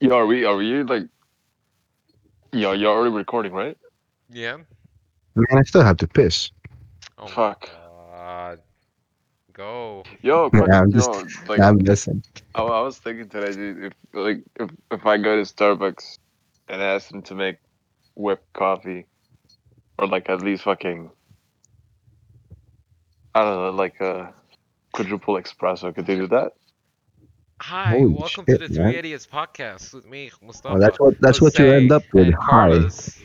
Yo, are we are we like yo, you're already recording, right? Yeah. Man, I still have to piss. Oh my Fuck. God. Go. Yo, Yeah, fuck, I'm yo, like I'm listening. I, I was thinking today, dude, if like if, if I go to Starbucks and ask them to make whipped coffee or like at least fucking I don't know, like a quadruple espresso, could they do that? Hi, Holy welcome to shit, the Three man. Idiots podcast with me, Mustafa. Oh, that's what that's what you Jose, end up with. and Hi. Carlos.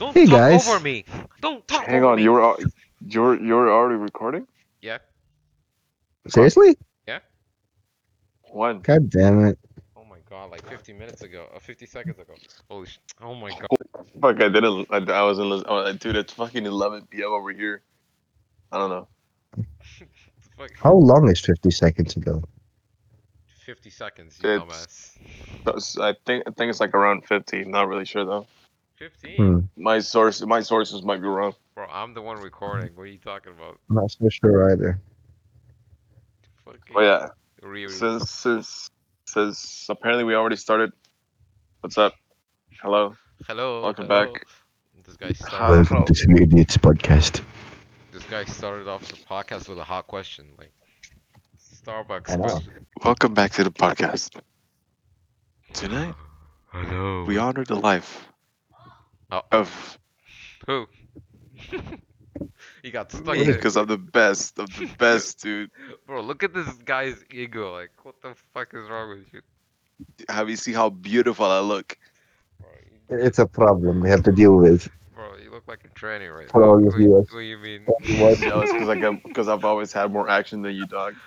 Don't Hey, talk guys. over me. Don't talk Hang over on, me. you're al- you're you're already recording? Yeah. Seriously? One. God damn it. Oh my god, like 50 minutes ago, uh, 50 seconds ago. Holy sh- Oh my god. Fuck, I didn't I, I was in oh, dude, it's fucking 11 p.m. over here. I don't know. Fuck. How long is 50 seconds ago? 50 seconds, you It's- dumbass. That's- I think I think it's like around 50. Not really sure though. 15? Hmm. My source, my sources might be wrong. Bro, I'm the one recording. What are you talking about? I'm not so sure either. Fucking But Oh, yeah, Riri. since since since apparently we already started. What's up? Hello. Hello. Welcome hello. back. This guy Hi. started. Welcome to the Idiots Podcast. This guy started off the podcast with a hot question, like Starbucks I know. question. Welcome back to the podcast. Tonight Hello. we honor the life Oh. of Who? he got stuck me there. because I'm the best of the best, dude. Bro, look at this guy's ego. Like, what the fuck is wrong with you? Have you seen how beautiful I look? Bro, you, It's a problem we have to deal with. bro, you look like a tranny right For all now. your What do you- viewers. What do you mean? What? Jealous because I got because I've always had more action than you, dog.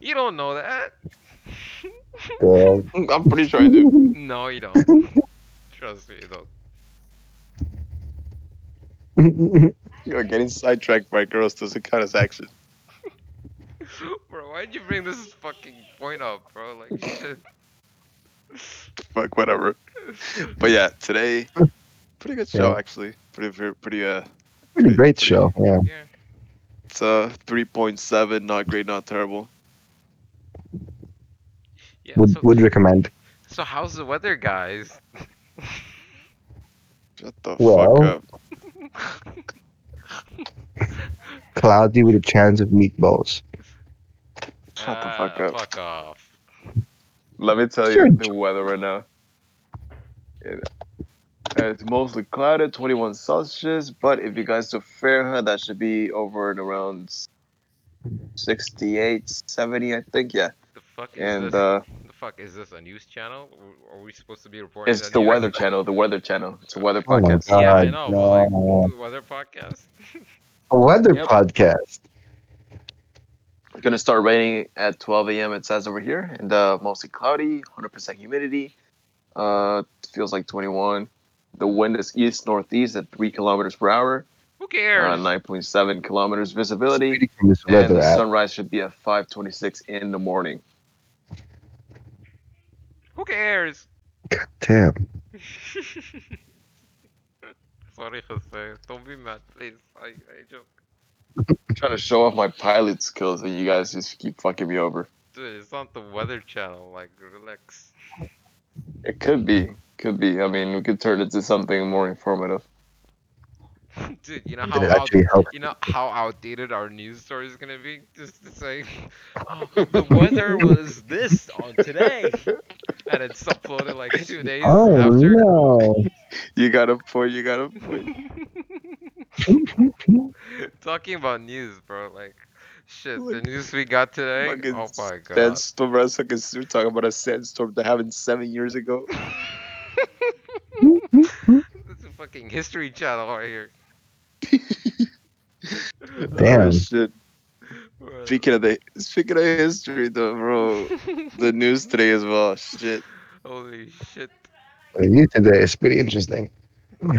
You don't know that. the- I'm pretty sure I do. No, you don't. Trust me, you don't. You're getting sidetracked by girls doesn't count as action. Bro, why'd you bring this fucking point up, bro? Like, shit. fuck whatever. But yeah, today pretty good show Yeah. actually. Pretty pretty, pretty uh Pretty great show. Yeah. Yeah. it's uh 3.7 not great not terrible. yeah so- Would would recommend. So how's the weather, guys? Shut the Well. fuck up. Cloudy with a chance of meatballs. Shut the Ah, fuck up. Fuck off. Let me tell Sure. you the weather right now. It- It's mostly clouded, 21 Celsius, but if you guys do Fahrenheit, that should be over and around 68, 70, I think, yeah. The fuck is And this? uh, the fuck is this a news channel? Or- Are we supposed to be reporting? it's the news? Weather Channel, the Weather Channel. It's a weather Oh my podcast. God. Yeah, I know. but, like, no. the weather podcast. A weather Yep. podcast. It's gonna start raining at 12 a.m. It says over here, and uh, mostly cloudy, 100% humidity. Uh, feels like 21. The wind is east northeast at three kilometers per hour, Who uh, cares? 9.7 kilometers visibility, Reading from this and weather the app. sunrise should be at 5:26 in the morning. Who cares? God damn. Sorry, Jose. Don't be mad, please. I, I joke. I'm trying to show off my pilot skills, and you guys just keep fucking me over. Dude, it's not the weather channel. Like, relax. It could be, could be. I mean, we could turn it to something more informative. Dude, you know how Did it out- actually help? you know how outdated our news story is gonna be? Just to say, "Oh, the weather was this on today, and it's uploaded like two days Oh after. no. You got a point. You got a point. Talking about news, bro. Like, shit, Like, the news we got today. Fucking oh my god. Sandstorm. I was fucking we're talking about a sandstorm that happened seven years ago. This is a fucking history channel right here. Damn. Oh, shit. Bro. Speaking of the speaking of history though, bro, the news today as well. Shit. Holy shit. The news today is pretty interesting.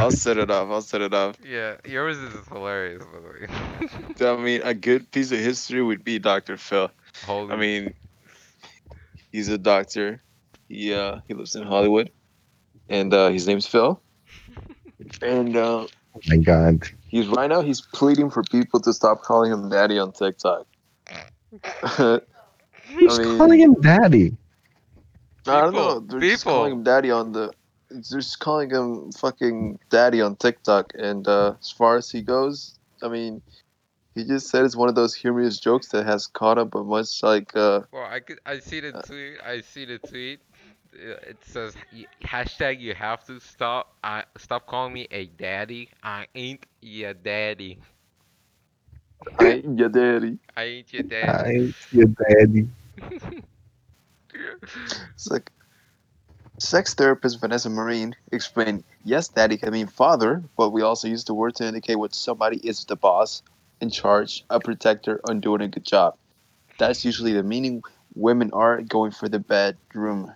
I'll set it off. I'll set it off. Yeah, yours is hilarious, by the way. I mean, a good piece of history would be Dr. Phil. Holy I mean, he's a doctor. He uh, he lives in Hollywood, and uh, his name's Phil. And uh, Oh my god. he's right now he's pleading for people to stop calling him daddy on TikTok. I Who's mean- calling him daddy? I don't People, know. They're just people. calling him daddy on the. They're just calling him fucking daddy on TikTok. And uh, as far as he goes, I mean, he just said it's one of those humorous jokes that has caught up a much like. Uh, Well, I could, I see the tweet. I see the tweet. Uh, It says y- hashtag you have to stop. I stop calling me a daddy. I ain't your daddy. I ain't your daddy. I ain't your I daddy. ain't your daddy. It's like sex therapist Vanessa Marine explained, yes, daddy can mean father, but we also use the word to indicate when somebody is the boss, in charge, a protector, on doing a good job. That's usually the meaning women are going for the bedroom.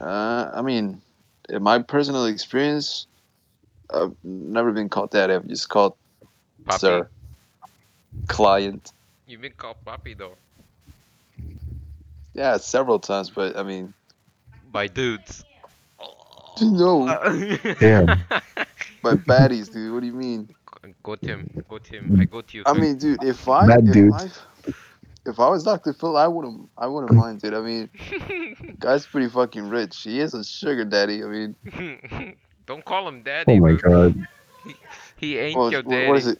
Uh, I mean, in my personal experience, I've never been called daddy. I've just called Puppy. sir, client. You've been called puppy though Yeah, several times, but I mean, by dudes. Uh, no, Damn. Oh by baddies, dude. What do you mean? Got him. Got Hmm. him. I got you. I dude. mean, dude, if I Bad if dude. I if I was Dr. Phil, I wouldn't I wouldn't mind, dude. I mean, guy's pretty fucking rich. He is a sugar daddy. I mean, Don't call him daddy. Oh my dude. god. He ain't well, your what, daddy. what is it?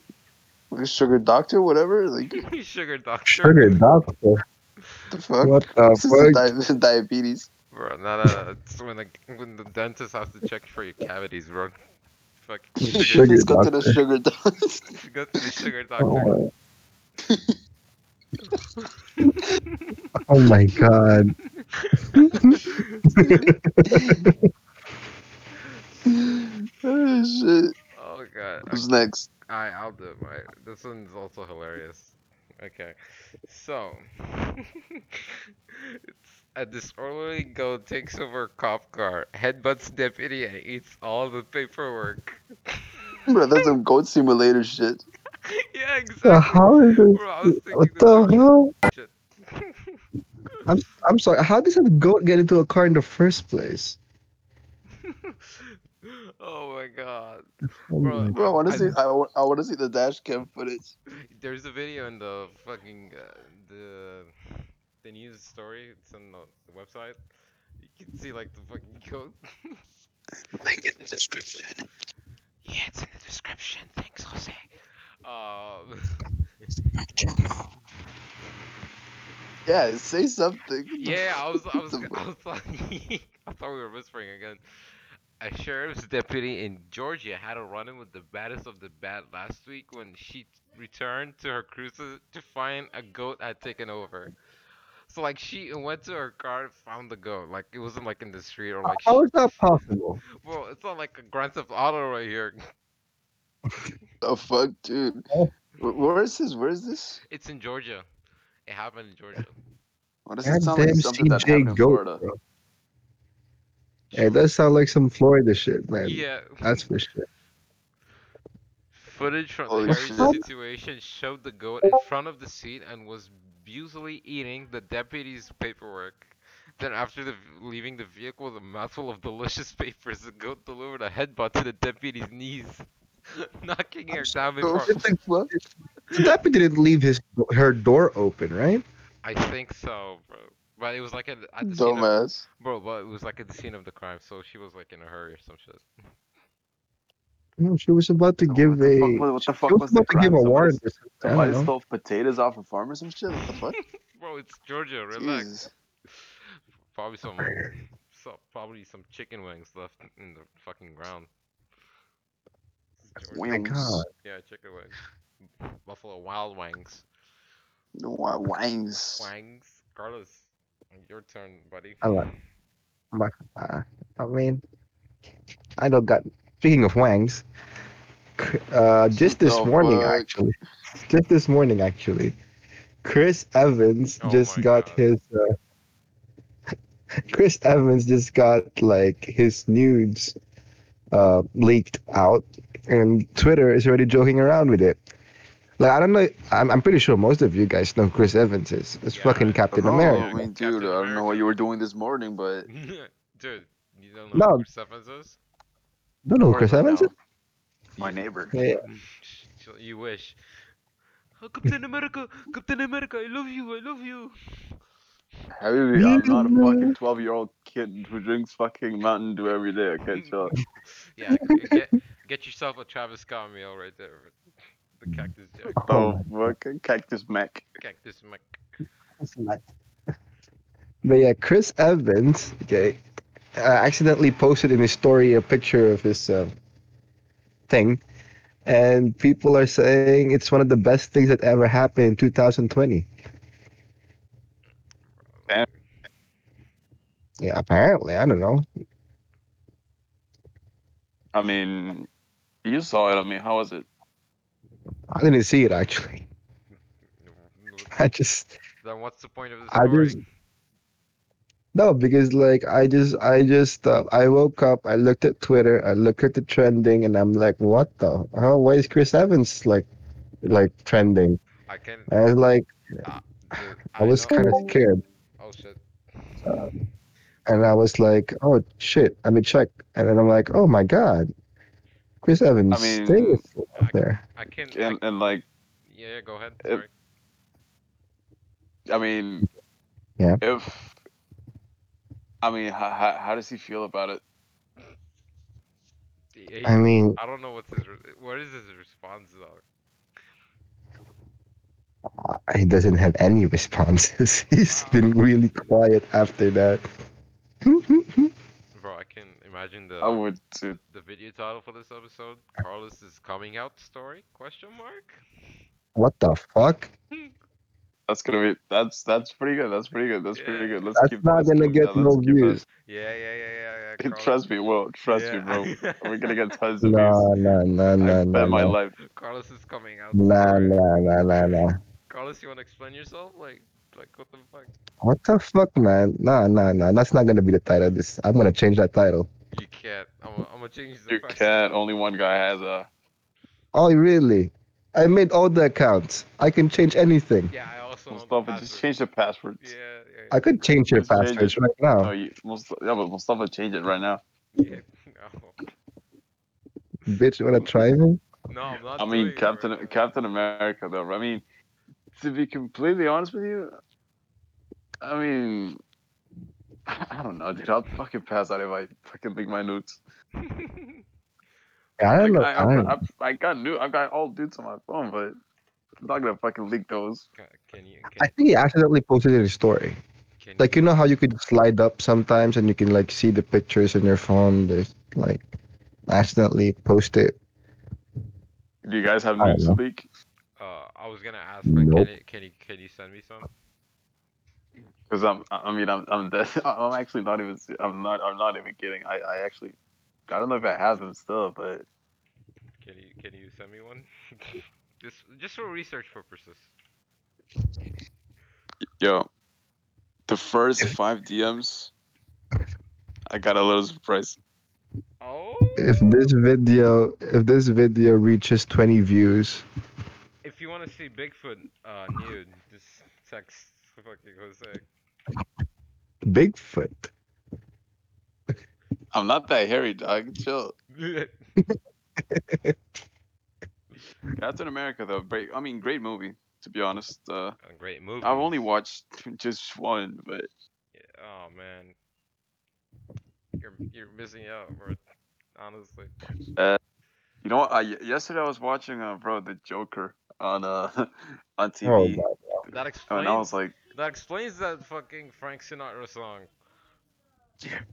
Like a Sugar doctor, whatever. Like Sugar doctor. Sugar doctor. the fuck? What the fuck? This is di- diabetes. Bro, not uh, it's when the when the dentist has to check for your cavities, bro. Fuck. Sugar Let's go to the sugar doctor. doctor. Go to the sugar Oh doctor. my. oh my god. oh, shit. Oh god. What's next? I I'll do it. My this one's also hilarious. Okay, so it's a disorderly goat takes over a cop car, headbutts deputy, and eats all the paperwork. Bro, that's some goat simulator shit. yeah, exactly. So how is this? Bro, I was thinking What the the same hell? shit. I'm I'm sorry. How does a goat get into a car in the first place? oh my god. Oh Bro. my- Bro, I want to see. I, wa- I want to see the dash cam footage. There's a video in the fucking uh, the the news story. It's on the, the website. You can see like the fucking goat. Link in the description. yeah, it's in the description. Thanks, Jose. Um, Yeah, say something. yeah, I was, I was, What the I was like, I thought we were whispering again. A sheriff's deputy in Georgia had a run-in with the baddest of the bad last week when she returned to her cruiser to find a goat had taken over. So like she went to her car, and found the goat. Like it wasn't like in the street or like. How she- is that possible? Well, it's not like a Grand Theft Auto right here. The fuck, dude. Oh. Wh- Where is this? Where is this? It's in Georgia. It happened in Georgia. What does it Goddamn sound like something that happened CJ in goat, Florida? bro. Yeah, it does sound like some Florida shit, man. Yeah. That's for sure. Footage from Holy the shit. Harry's situation showed the goat in front of the seat and was busily eating the deputy's paperwork. Then, after the, leaving the vehicle with a mouthful of delicious papers, the goat delivered a headbutt to the deputy's knees, knocking her down before. What the fuck? The deputy didn't leave his her door open, right? I think so, bro. But it was like at, at the scene of, Dumbass. bro, but it was like at the scene of the crime, so she was like in a hurry or some shit. No, she was about to give what the a. fuck, was- what the fuck she was was the about to give crime? a Somebody- warrant. or something, I Somebody don't know. stole potatoes off a farm or some shit? What the fuck? Bro, it's Georgia. Relax. Jesus. Probably some, Burger. so, probably some chicken wings left in the fucking ground. It's Georgia. My God. Yeah, chicken wings. Buffalo Wild Wings. The wi- wangs. Wangs. Carlos, your turn, buddy. I like- Uh, I mean, I don't got. Speaking of wangs, c- uh, just this The morning fuck? actually, just this morning actually, Chris Evans Oh just my got God. his. Uh, Chris Evans just got like his nudes uh, leaked out, and Twitter is already joking around with it. Like I don't know, I'm, I'm pretty sure most of you guys know who Chris Evans is. It's Yeah, fucking I- Captain Oh, America. I mean, dude, Captain I don't know what you were doing this morning, but Dude, you don't know No. who Chris Evans is? Don't know who Chris Right Evans now, is? my neighbor. Yeah. You wish. Oh, Captain America! Captain America, I love you! I love you! Have you- I'm not a fucking twelve-year-old kid who drinks fucking Mountain Dew every day. Okay, chill. Yeah, g- get, get yourself a Travis Scott meal right there. The cactus jack, Oh, fucking cactus mac. cactus mac. But yeah, Chris Evans, okay, uh, accidentally posted in his story a picture of his uh, thing, and people are saying it's one of the best things that ever happened in 2020. Damn. Yeah, apparently, I don't know. I mean, you saw it. I mean, how was it? I didn't see it actually. I just Then what's the point of the I story? just no because like I just I just uh, I woke up I looked at Twitter I looked at the trending and I'm like what the hell why is Chris Evans like like trending I can. I was like dude, I was know- kind of scared Oh shit. and I was like oh shit let me check and then I'm like oh my god Chris Evans mean- thing is up there I can. I, And, and like, yeah, yeah, go ahead. Uh, Sorry. I mean, Yeah. If I mean, how, how, how does he feel about it? He- I mean I don't know what's his. Re- what is his response though? he doesn't have any responses he's been really quiet after that Bro, I can imagine the I would. too. the video title for this episode. Carlos is coming out story? Question mark. what the fuck That's gonna be. That's that's pretty good. That's pretty good. That's pretty Yeah. good. Let's That's keep. not let's gonna keep get that, no let's keep that. views. Yeah, yeah, yeah, yeah, yeah. Carlos- Trust me, Will. Trust me, bro. Yeah. We're gonna get tons of No, no, no, views. I no, bet no, my no, life. Carlos is coming out. no, story. no, no, no, no. Carlos, you wanna explain yourself? Like, like what the fuck? What the fuck, man? No, no, no. That's not gonna be the title. of This. I'm gonna change that title. You can't. I'm, gonna- I'm gonna change the. You first- can't. Only one guy has a. Oh, really? I made all the accounts. I can change anything. Yeah, I also. know the Mustafa, just password. change the password. Yeah, yeah. I could change your Just change passwords it. right No, now. you, Mustafa, yeah, but Mustafa change it right now. yeah. No. Bitch, you wanna try me? No, I'm not. I mean, doing it Captain right now. Captain America, though. I mean, to be completely honest with you, I mean, I don't know, dude. I'll fucking pass out if I fucking think my nudes. I don't know. Like, I, I, I, don't I, I got new. I got all dudes on my phone, but I'm not gonna fucking leak those. Ca- Can you? I Can, think he accidentally posted in his story. can Like you know how you could slide up sometimes and you can like see the pictures on your phone. There's like accidentally post it. Do you guys have I don't nudes to leak? Uh, I was gonna ask, like, Nope. can, you, can you can you send me some? Because I'm, I mean, I'm, I'm dead. I'm actually not even. I'm not. I'm not even kidding. I, I actually, I don't know if I have them still, but Can you can you send me one? just just for research purposes. yo, the first five DMs, I got a little surprise. Oh. if this video if this video reaches 20 views If you wanna see Bigfoot uh nude, just text fucking Jose. bigfoot I'm not that hairy, dog. Chill. Captain America, though. Great. I mean, great movie. To be honest, uh, A great movie. I've only watched just one, but Oh man. You're you're missing out, bro. Honestly. you know what? I, yesterday I was watching, uh, bro, the Joker on uh on oh TV, my That and explains I was like, that explains that fucking Frank Sinatra song.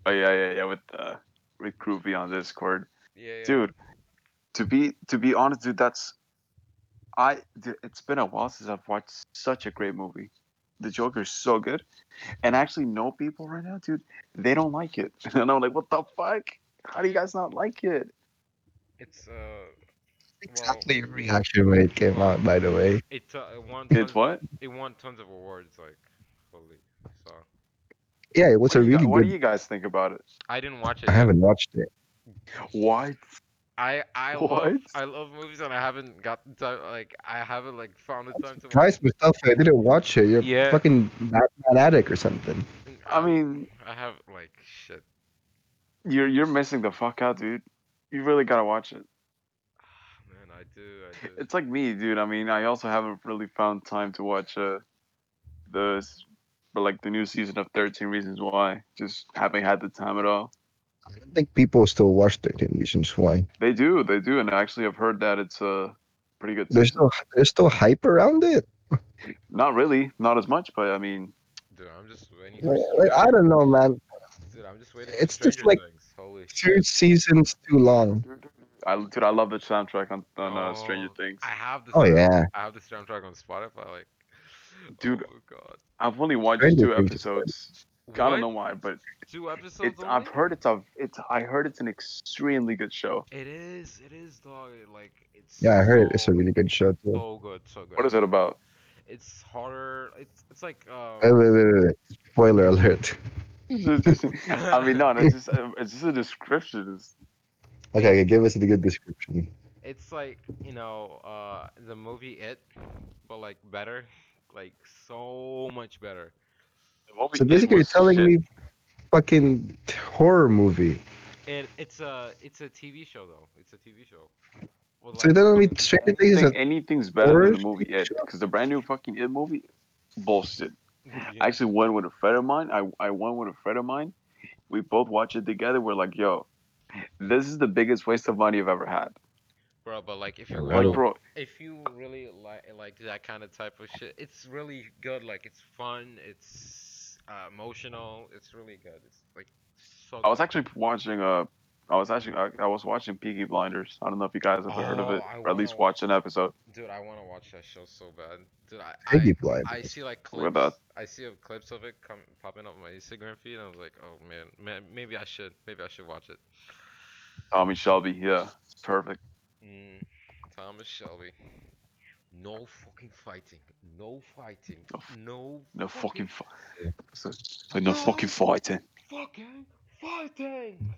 oh yeah, yeah, yeah, with uh, with Groovy on Discord. Yeah. yeah. dude to be to be honest dude that's i dude, it's been a while since i've watched such a great movie the joker is so good and I actually know people right now dude they don't like it and i'm like what the fuck how do you guys not like it It's uh. exactly your reaction when it came out by the way It uh, it won. it's Tons, what it won tons of awards. Like, holy. So yeah it was what, a do you, really gu- what do good you guys think about it I didn't watch it. i haven't watched it why I I love What? I love movies and I haven't gotten time. Like I haven't like found the time to Christ, Mustafa, I didn't watch it. You're Yeah. fucking Batman addict or something. watch. i mean I have like shit. you're you're missing the fuck out dude you really gotta watch it Man, I do. I do. it's like me dude i mean i also haven't really found time to watch uh the but like the new season of Thirteen Reasons Why, just haven't had the time at all. I don't think people still watch 13 Reasons Why. They do, they do, and actually I've heard that it's a pretty good. There's Season. still there's still hype around it. Not really, not as much, but I mean, Dude, I'm just waiting. for Like, like, I don't know, man. Dude, I'm just waiting. It's for just Stranger like- Things. Holy Two seasons too long. I dude, I love the soundtrack on, on uh, Stranger Oh, Things. I have the Oh sound- yeah. I have the soundtrack on Spotify. Like, Dude, oh god, I've only watched Stranger two Things is episodes. I What? don't know why, but two episodes. it's. I've only? heard it's a. It's. I heard it's an extremely good show. It is. It is, dog. it, Like, it's. Yeah, I heard it's so- a really good show too. So good, so good. What is it about? It's horror. It's it's like um. Wait, wait, wait, wait, wait. Spoiler alert. I mean, no, it's just. It's just a description. It's, Okay, okay, give us a good description. it's like you know uh the movie it but like better like so much better Moby So Dick basically, you're was telling shit. me fucking horror movie. and it's a it's a tv show though it's a tv show well, So you're telling me Stranger Things is Anything- a anything's better than the horror movie It because the brand new fucking It movie, bullshit. I yeah, actually went with a friend of mine. I, I went with a friend of mine. We both watched it together. We're like, yo, this is the biggest waste of money I've ever had. bro but like if you Like, really, Like, bro, if you really like like that kind of type of shit it's really good like it's fun it's uh, emotional it's really good it's like so I was good. actually watching uh, I was actually I, I was watching Peaky Blinders. I don't know if you guys have heard of Oh, it, I or at least wanna- watched an episode. dude i want to watch that show so bad dude i, I Piggy blind. I see like What clips. about- I see of clips of it come popping up on my Instagram feed, and I was like, oh man, man, maybe I should, maybe I should watch it. Tommy Shelby, yeah, perfect. Mm, Thomas Shelby. No fucking fighting. No fighting. No No. No fucking, fu- so, like no fucking fighting. Fucking fighting.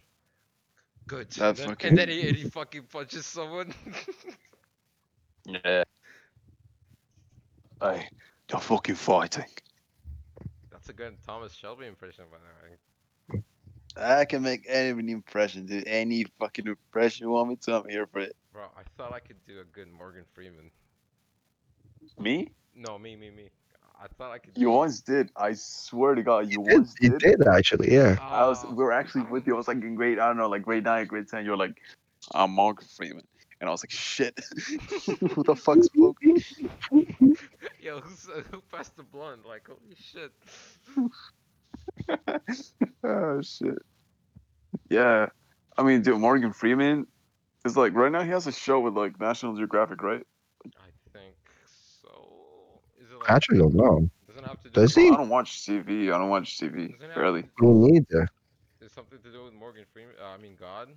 Good. That and, then, fucking- and then he, he fucking punches someone. Yeah. Hey, no fucking fighting. That's a good Thomas Shelby impression, by the way. I can make any impression, dude. Any fucking impression you want me to, I'm here for it. Bro, I thought I could do a good Morgan Freeman. Me? No, me, me, me. I thought I could. You do- once did. I swear to God, you It, once it did. did actually, yeah. I was. Oh, We were actually with you. I was like in grade. I don't know, like grade nine, grade ten. You were like, I'm Morgan Freeman, and I was like, shit. Who the fuck's Morgan? Yo, who's, who passed the blunt? Like, holy shit. Oh shit. Yeah, I mean, dude, Morgan Freeman is like right now he has a show with like National Geographic, right? I think so. Is it like, I actually don't know. doesn't it have to do does with, he? I don't watch TV. I don't watch TV doesn't it have barely. to- Me neither. There's something to do with Morgan Freeman. Uh, I mean, God.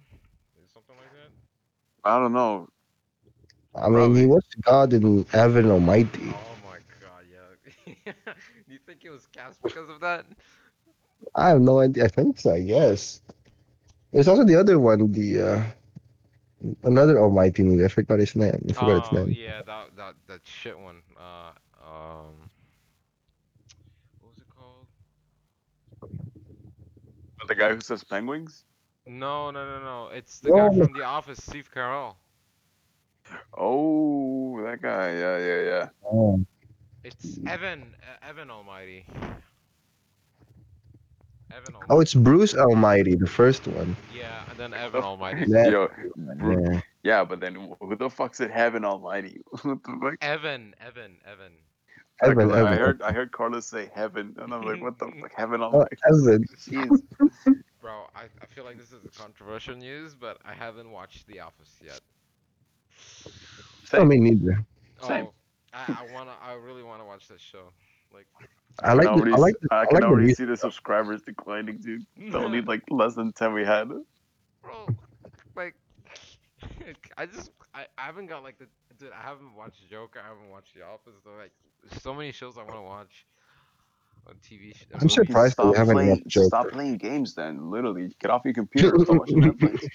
Is something like that? I don't know. I mean, he was God in Heaven Almighty. Oh my god, yeah. do you think it was cast because of that? I have no idea. I think so. Yes. There's also the other one, the uh, another Almighty movie. I forgot his name. I forgot its Oh, name. yeah, that, that, that shit one. Uh, um, what was it called? But the guy who says penguins. No, no, no, no. It's the guy No. from The Office, Steve Carell. Oh, that guy. Yeah, yeah, yeah. Oh, It's Evan, uh, Evan Almighty. Evan Almighty. Oh, it's Bruce Almighty, the first one. Yeah, and then Oh. Evan Almighty. Yeah. Yo, bro- Yeah. yeah, but then wh- who the fuck said heaven almighty? What the fuck? Evan, Evan, Evan. Evan, Like, I Evan. heard I heard Carlos say heaven, and I'm like, what the fuck, heaven Oh, almighty? Evan. Jeez. Bro, I, I feel like this is controversial news, but I haven't watched The Office yet. Oh, me neither. Same. Oh, I, I wanna, I really wanna watch that show. Like, I like. I, The, already, I like. s- The, I I can like the already music. see the subscribers declining, dude. It's only like less than ten we had. bro, like, I just, I, I haven't got like the, dude, I haven't watched Joker, I haven't watched The Office. So like, there's so many shows I wanna watch on TV. sh- I'm sure- surprised that you haven't playing, watched Joker. stop playing games, then. Literally, get off your computer. and Start watching Netflix.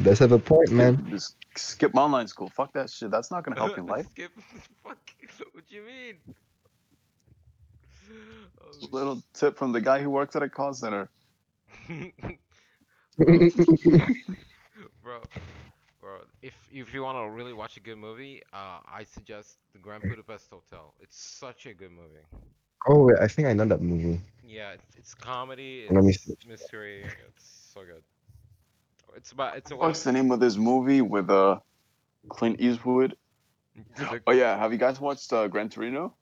Does have a point, man. Just skip online school. Fuck that shit. That's not gonna help your life. Skip. Fuck. What you mean? Oh, sh- Little tip from the guy who works at a call center. Oh, bro, bro. If if you want to really watch a good movie, uh, I suggest The Grand Budapest Hotel. It's such a good movie. Oh, wait, I think I know that movie. Yeah, it's, it's comedy. Let me It's mystery. It's so good. It's about it's a What's the name of this movie with uh, Clint Eastwood? the- Oh yeah, have you guys watched uh, Gran Torino?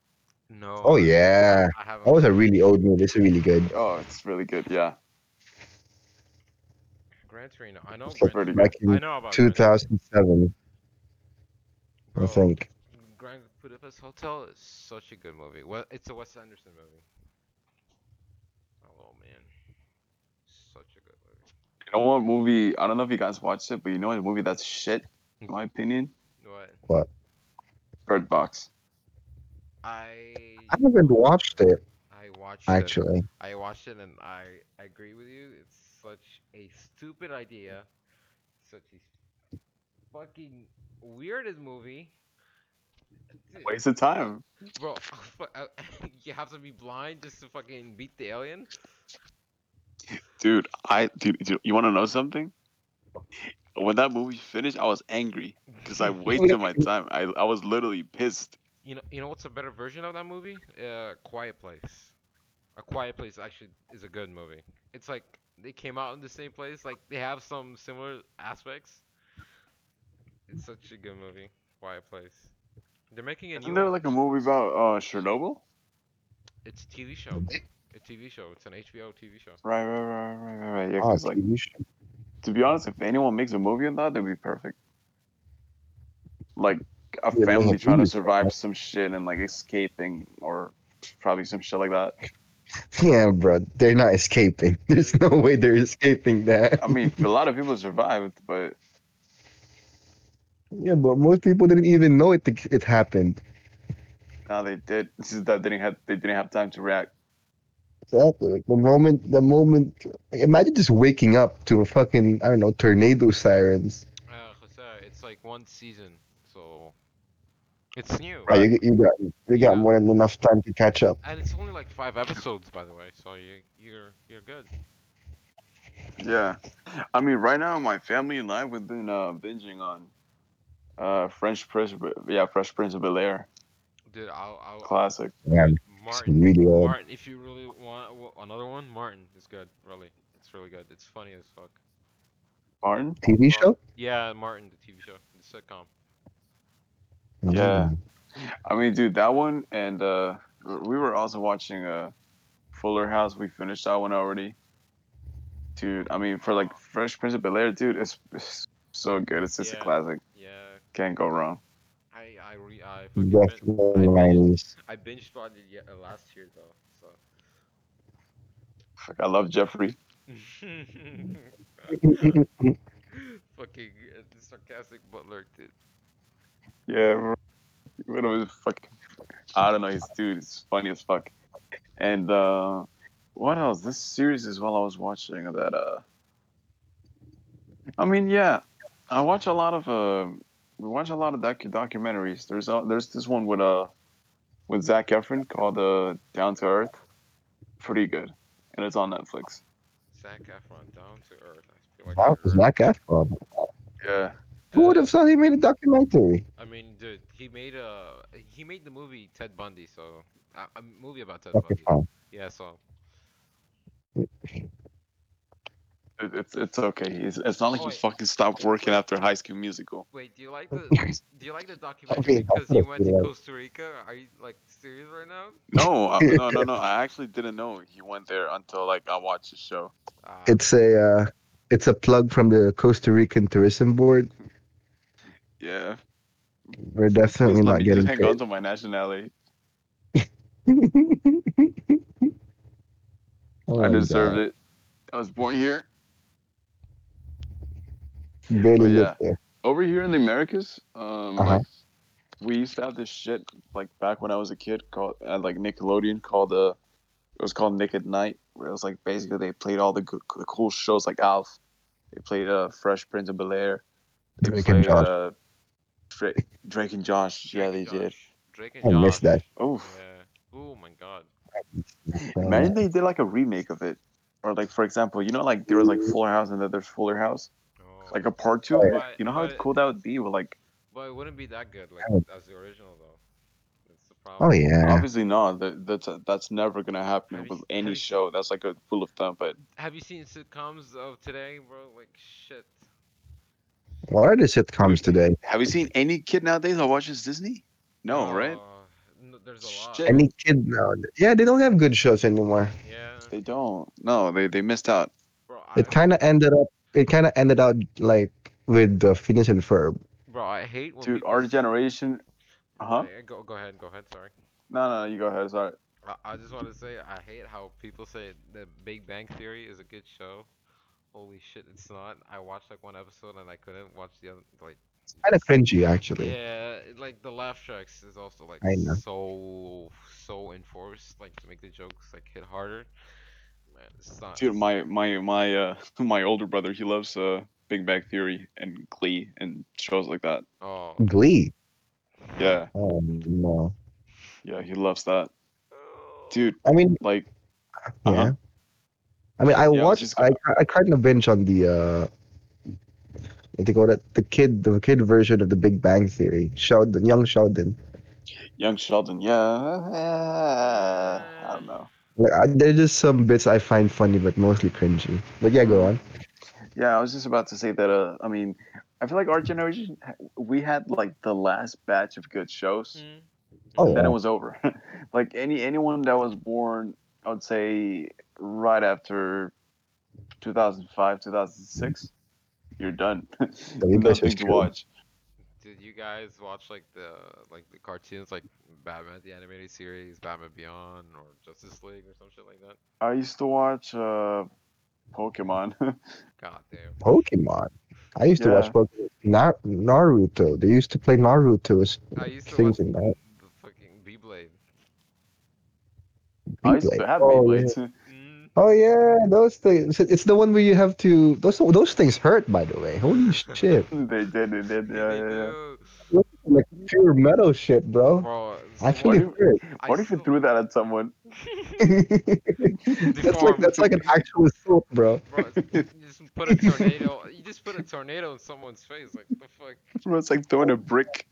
No. Oh yeah, I haven't. that was a really old movie. It's really good. Oh, it's really good. Yeah, Gran Torino. I know. it's Gran, pretty good. Back I in know about Gran- 2007, I bro, think. Grand Budapest Hotel is such a good movie. Well, it's a Wes Anderson movie. Oh man, such a good movie. You know what movie? I don't know if you guys watched it, but you know a movie that's shit, in my opinion. What Bird Box. I I haven't watched it I watched it. actually. I watched it and I, I agree with you. It's such a stupid idea. Such a fucking weirdest movie. Dude, Waste of time. Bro, fu- uh, you have to be blind just to fucking beat the alien? Dude, I dude, dude you want to know something? When that movie finished, I was angry because I wasted my time. I, I was literally pissed. You know, you know what's a better version of that movie? Uh, Quiet Place. A Quiet Place actually is a good movie. It's like they came out in the same place. Like they have some similar aspects. It's such a good movie. Quiet Place. They're making a Isn't new. there one. like a movie about uh, Chernobyl? It's a TV show. A TV show. It's an HBO TV show. Right, right, right, right, right, right. Yeah, Oh, 'cause, like TV show. to be honest, if anyone makes a movie on that, that'd be perfect. Like a Yeah, no, family no, trying to please. survive some shit and like escaping or probably some shit like that. Yeah, bro, they're not escaping. There's no way they're escaping that. I mean, a lot of people survived, but yeah, but most people didn't even know it it happened. now they did. This is that they didn't have they didn't have time to react. Exactly. Like, the moment, the moment. like, imagine just waking up to a fucking I don't know tornado sirens. Uh, Jose, it's like one season, so it's new. Oh, you, you got you got Yeah. more than enough time to catch up. And it's only like five episodes, by the way. So you you're you're good. Yeah, I mean, right now my family and I we've been uh, binging on uh, French Prince, of- yeah, Fresh Prince of Bel Air, Dude, I'll I'll classic. Yeah, it's Martin. really old. Martin, if you really want w- another one, Martin is good. Really, it's really good. It's funny as fuck. Martin, TV show. Yeah, Martin, the TV show, the sitcom. Yeah. I mean, dude, that one and uh, we were also watching uh, Fuller House. We finished that one already. Dude, I mean, for like Fresh Prince of Bel Air, dude, it's, it's so good. It's just Yeah. a classic. Yeah, Can't go wrong. I I re I fucking bin- Definitely nineties. I binged on it ye- uh, last year though. So. Fuck, I love Jeffrey. Fucking uh, the sarcastic butler, dude. Yeah, bro. What was fucking? I don't know. His dude is funny as fuck. And uh, what else? This series as well. I was watching that. Uh, I mean, yeah, I watch a lot of. Uh, we watch a lot of docu- documentaries. There's uh, there's this one with uh with Zach Efron called uh, Down to Earth. Pretty good, and it's on Netflix. Zac Efron down to earth. I feel like Wow, I it's heard- Zac Efron. Yeah. Who would have thought he made a documentary? I mean, dude, he made a he made the movie Ted Bundy, so uh, a, a movie about Ted Fucking Bundy. fun. Yeah, so It, it's it's okay. He's, it's not like Oh, he yeah. fucking stopped working after High School Musical. wait, do you like the do you like the documentary Okay, because you went to yeah. Costa Rica? Are you like serious right now? No, I, no, no, no. I actually didn't know he went there until like I watched the show. Uh, It's a uh, it's a plug from the Costa Rican Tourism Board. Yeah. We're definitely Please let not me getting just hang on paid. to my nationality. Oh I my deserved God. it. I was born here. Barely Yeah. lived there. Over here in the Americas, um, Uh-huh. like, we used to have this shit like back when I was a kid called uh, like Nickelodeon called uh, it was called Nick at Night where it was like basically they played all the, good, the cool shows like Alf. They played uh, Fresh Prince of Bel Air. They Drake played and Josh. uh, Drake, Drake and Josh. Yeah, they Drake and did. Josh. Drake and I Josh. missed that. Oh, Yeah. Oh my god. imagine they did like a remake of it, or like for example, you know, like there was like Fuller House and then there's Fuller House. Oh. like a part two. Right. Like, you know how But- cool that would be with like But it wouldn't be that good, like as the original though. That's the Oh probably. yeah. Obviously not. That, that's that's never gonna happen Have you- with have any you- show. That's like a rule of thumb. But Have you seen sitcoms of today, bro? Like shit. What are the sitcoms today? have you seen any kid nowadays that watches Disney? No, right? Uh, no, there's a lot. Shit. Any kid now? Yeah, they don't have good shows anymore. Yeah, They don't. No, they they missed out. bro. I, It kind of ended up. It kind of ended out like with the Phineas and Ferb. bro, I hate when Dude, people. our generation. Uh huh. Yeah, Go, go ahead, go ahead. Sorry. No, no, you go ahead. Sorry. I, I just want to say I hate how people say that Big Bang Theory is a good show. Holy shit, it's not. I watched like one episode and I couldn't watch the other. Like, Kind of cringy actually. yeah, it- like the laugh tracks is also like I know. so so enforced, like to make the jokes like hit harder. Man, it's not. Dude, my my my uh my older brother, he loves uh Big Bang Theory and Glee and shows like that. oh, Glee. Yeah, Oh no. yeah, he loves that. Dude, I mean, like yeah. Uh-huh. I mean, I was watched. just I gonna- I kind of binge on the. uh what do you call it? The kid, the kid version of the Big Bang Theory. Sheldon, young Sheldon. Young Sheldon, yeah. uh, I don't know. Like I, there's just some bits I find funny, but mostly cringy. But yeah, go on. Yeah, I was just about to say that. Uh, I mean, I feel like our generation, we had like the last batch of good shows. Mm. Oh, Then yeah. it was over. like any anyone that was born, I would say right after 2005, 2006, you're done. you guys are Nothing to screwed. watch. Did you guys watch like the like the cartoons like Batman the animated series, Batman Beyond, or Justice League or some shit like that? I used to watch uh, Pokemon. God damn. Pokemon. I used to watch Yeah. Pokemon. Na- Naruto. They used to play Naruto as I used to watch things in the that. fucking Beyblade. I used to Beyblade. have oh, yeah. Beyblades. Mm. oh yeah, those things. It's the one where you have to. Those those things hurt, by the way. Holy shit! they did, they did. Yeah, yeah, yeah. Like pure metal shit, bro. Bro, I so what- feel it I What if you still- threw that at someone? hurt. that's like that's like an actual soap, bro. Bro, you just put a tornado. You just put a tornado in someone's face. Like the fuck. It's like throwing a brick.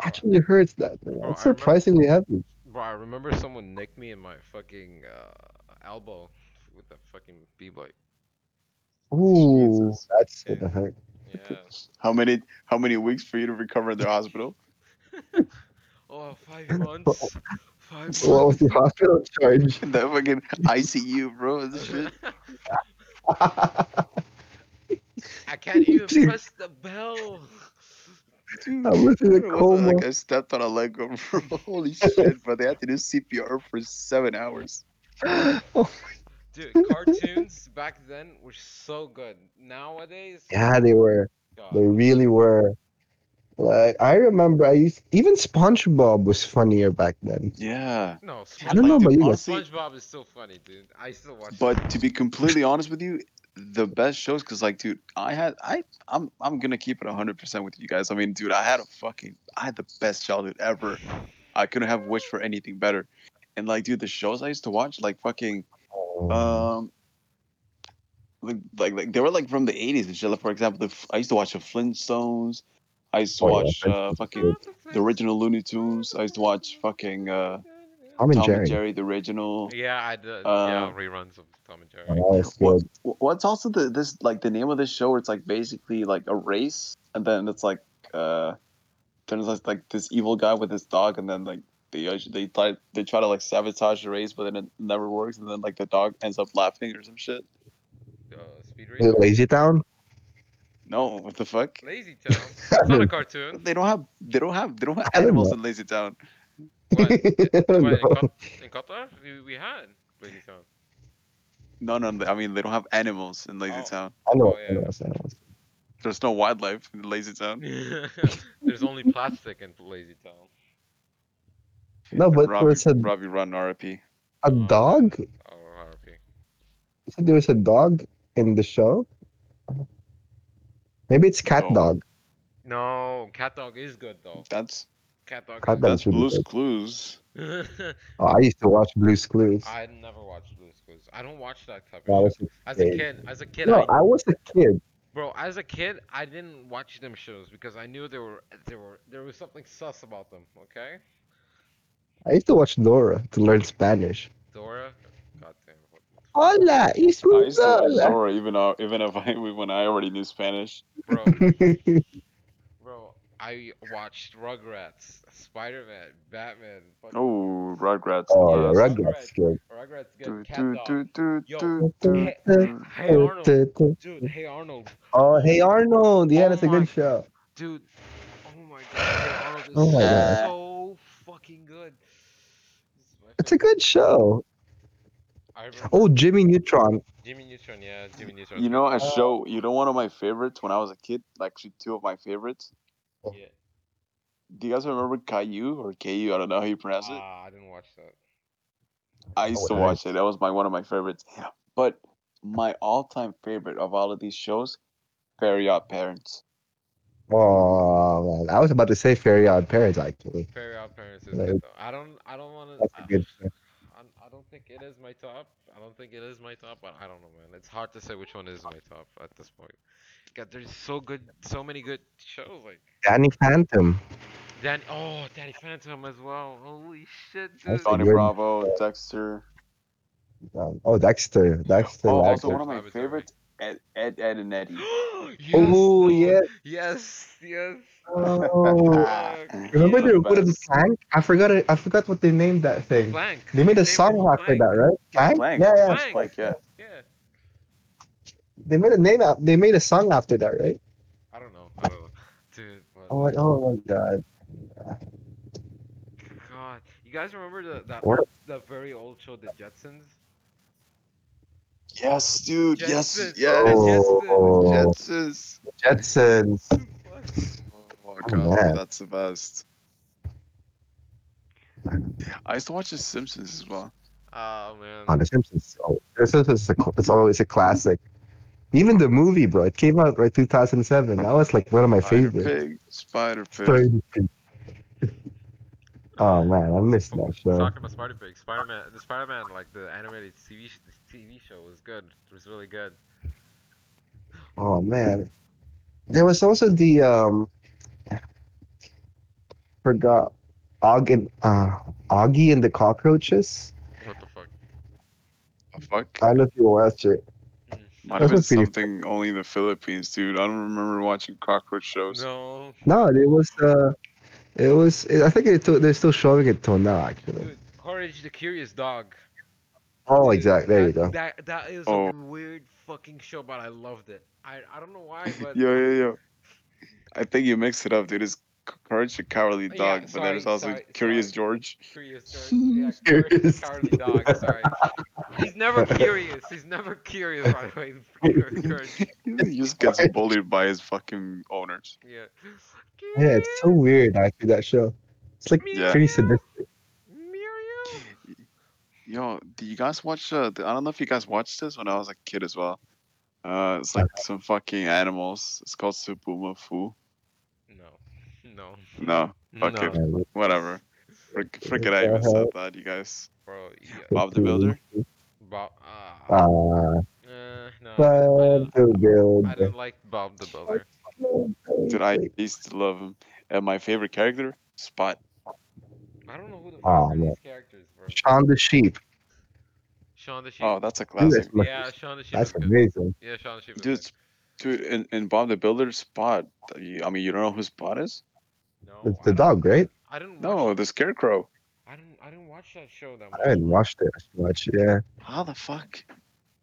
Actually hurts that. Bro, Man. It's I remember- surprisingly heavy. Bro, I remember someone nicked me in my fucking uh, elbow with a fucking Beyblade. Ooh, Jesus. that's gonna hurt. Yeah. How many how many weeks for you to recover in the hospital? Oh, five months. Five months. What was the hospital charge? That fucking ICU, bro. is this shit? How I can't even Dude. press the bell. was in a It was coma? like I stepped on a Lego, bro. Holy shit, but they had to do CPR for seven hours. Oh, Dude, cartoons back then were so good. Nowadays, yeah, they were. God. They really were. Like I remember, I used even SpongeBob was funnier back then. Yeah. no, SpongeBob, I don't know about you guys. honestly- SpongeBob is still funny, dude. I still watch. it. But to be completely honest with you, the best shows because like dude, I had I I'm I'm gonna keep it hundred percent with you guys. I mean, dude, I had a fucking I had the best childhood ever. I couldn't have wished for anything better. And like, dude, the shows I used to watch, like fucking Uh, Um, like, like, like they were like from the '80s and shit. Like, for example, the, F- I used to watch the Flintstones. I used to Oh, yeah, watch uh, Flintstones. fucking the original Looney Tunes. I used to watch fucking uh, Tom and Tom Jerry. and Jerry, the original. Yeah, I did. yeah, Uh, reruns of Tom and Jerry. Oh, that's What, good. wh- what's also the this like the name of this show? Where it's like basically like a race, and then it's like uh, turns out like this evil guy with his dog, and then like they uh, they try they try to like sabotage the race, but then it never works, and then like the dog ends up laughing or some shit. Uh, Speed Is Racer. it Lazy Town? No, what the fuck? Lazy Town. It's not a cartoon. They don't have they don't have they don't have I don't animals know. in Lazy Town. What? I don't what, in, know. Qat- in Qatar, we, we had Lazy Town. No, no, I mean they don't have animals in Lazy Oh. Town. I know. Oh, I know. yeah. I know. There's no wildlife in Lazy Town. There's only plastic in Lazy Town. No, but uh, Robbie, was a, Robbie Run RP. a dog? You Oh, RP. said there was a dog in the show? Maybe it's Cat No. Dog. No, Cat Dog is good though. That's Cat Dog. Cat is Dog that's That's really Blue's good. Clues. good. Oh, I used to watch Blue's Clues. I never watched Blue's Clues. I don't watch that type That of was shit. As a insane. kid, as a kid, no, I, I was a kid. bro, as a kid, I didn't watch them shows because I knew there were there were there was something sus about them. Okay, I used to watch Dora to learn Spanish. Dora. Goddamn. what- Hola, it's I used to watch Dora. Dora even uh, even if I when I already knew Spanish. Bro, bro, I watched Rugrats, Spider Man, Batman. fucking- Oh, Rugrats. oh, yes. Rugrats good. Rugrats, Do, good. do, Cat do, Dog. do, Yo. do, do, Hey, do. hey Arnold, dude. Hey Arnold, Oh, hey Arnold. Yeah, Oh that's a my- good show. dude. Oh my god, Hey Arnold is Oh my God. so fucking good. This is my It's a favorite. good show. I remember Oh, Jimmy Neutron. Jimmy Neutron, yeah, Jimmy Neutron. You know a show. You know one of my favorites when I was a kid. Actually, two of my favorites. yeah. Do you guys remember Caillou or Caillou? I don't know how you pronounce it. Ah, I didn't watch that. I used to Oh, watch it. That was my one of my favorites. But my all-time favorite of all of these shows, Fairy Odd Parents. Oh, man. I was about to say Fairy Odd Parents, actually. Fairy Odd Parents is Like- good though. I don't, I don't want That's a to. good show. I, I don't think it is my top. I don't think it is my top, but I don't know, man. It's hard to say which one is my top at this point. God, there's so good, so many good shows like Danny Phantom. Dan. Oh, Danny Phantom as well. Holy shit, dude. That's Johnny good. Bravo, Dexter. Um, Oh, Dexter. Dexter. Oh, also Dexter. one of my Laboratory. favorites, Ed, Ed, Ed and Eddie. yes, Oh, dude. yeah. Yes, yes. Oh. Fuck, Remember yeah. the wooden best. plank? I forgot. It, I forgot what they named that thing. Blank. They made a They song were after blank. that, right? Plank. Plank. Yeah, yeah. Plank. Like uh, yeah, Yeah. They made a name. Out, they made a song after that, right? I don't know. I don't know. Dude, but Oh, my- oh my god. God, you guys remember the that What? that very old show, The Jetsons? yes, dude, Jetsons, yes, the yes, Oh. Jetsons. Jetsons. Fuck. Oh my Oh, god, man. that's the best. I used to watch The Simpsons as well. Oh man. Oh, The Simpsons. Oh, The Simpsons is a, cl- it's always a classic. Even the movie, bro. It came out right 2007. That was like one of my Spider favorites. Pig, Spider Pig. Spider Pig. oh man, I missed that show. Talking about Spider Pig, Spider Man, the Spider Man, like the animated TV sh- TV show was good. It was really good. Oh man, there was also the um, forgot Og and uh, Augie and the Cockroaches. What the fuck? Oh, fuck. I don't know if you watch it. Might have been That's a pretty- something only in the Philippines, dude. I don't remember watching cockroach shows. No, No, it was uh, it was. It, I think it, they're still showing it till now, actually. dude, Courage the Curious Dog. Oh, Dude, exactly. There you that- go. That that is Oh. a weird fucking show, but I loved it. I I don't know why, but Yo, yo, yo. I think you mixed it up, dude. It's Courage the Cowardly Yeah, Dog, but there's sorry, also sorry, Curious sorry. George. Curious, sorry. yeah, curious, Curious. cowardly dog. Sorry, he's never curious. He's never curious, by the way. Courage, he just gets bullied by his fucking owners. yeah. Yeah, it's so weird. Actually, that show. It's like Yeah. pretty sadistic. Muriel. Yo, do you guys watch? Uh, the, I don't know if you guys watched this when I was a kid as well. Uh, it's like some fucking animals. It's called Supuma Fu. No, no, No, fuck no, it. whatever. Frick, frick it, I even Uh-huh. said that, you guys. bro. Yeah, Bob the Builder? Bob. Uh, Ah, eh, no, Bob the I Builder. don't like Bob the Builder. Dude, I used to love him. And my favorite character, Spot. I don't know who the fuck Oh, are man. these characters, bro. Sean the Sheep. Sean the Sheep. Oh, that's a Dude, classic. that's- yeah, Sean the Sheep. That's is good. amazing. Yeah, Sean the Sheep. is Dude, good. s- dude, and, and Bob the Builder, Spot. You- I mean, you don't know who Spot is? no, It's I the don't- dog, right? I didn't. No, watch, the Scarecrow. I didn't. I didn't watch that show that I much. haven't watched it as much. Yeah. How the fuck?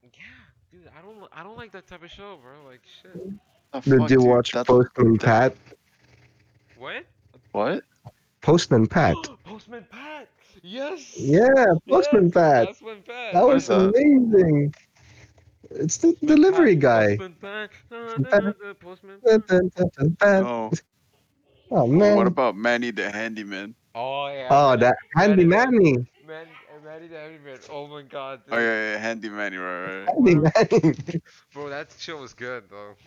Yeah, dude, I don't. I don't like that type of show, bro. Like shit. The Did fuck, you dude? watch That- Postman Pat? What? What? Postman Pat. Postman Pat. Yes. Yeah, Postman yes, Pat. Postman Pat. That was Who's that? amazing. It's the delivery guy. Postman Pat. Postman Pat. Postman Pat. Dun, dun, dun, dun, dun. No. Oh What man. about Manny the Handyman? Oh yeah. Oh, that Handy Manny. Manny. Man, uh, Manny the Everyman. Oh my god. Dude. Oh, yeah, yeah Handy Manny, right, right, right. Handy Manny. Bro, that show was good though.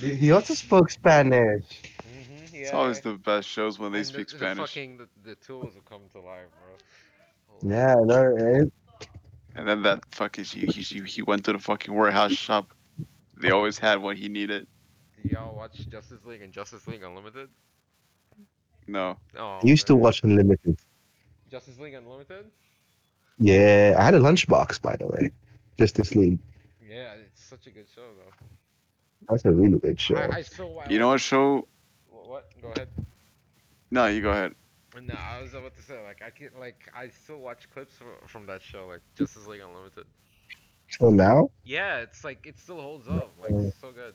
He also spoke Spanish. Mm-hmm, yeah. It's always the best shows when they And speak the, The Spanish. fucking the, the tools will come to life, bro. Yeah, I know, Oh, right? And then that fucking he, he, he- he went to the fucking warehouse shop. They always had what he needed. Do y'all watch Justice League and Justice League Unlimited? No. Oh. He used to man. watch Unlimited. Justice League Unlimited. Yeah, I had a lunchbox by the way. Justice League. Yeah, it's such a good show though. That's a really good show. I, I still I, You know what show? what? Go ahead. No, you go ahead. No, I was about to say like I can like I still watch clips from, from that show like Justice League Unlimited. So now, Yeah, it's like it still holds up. Like it's so good.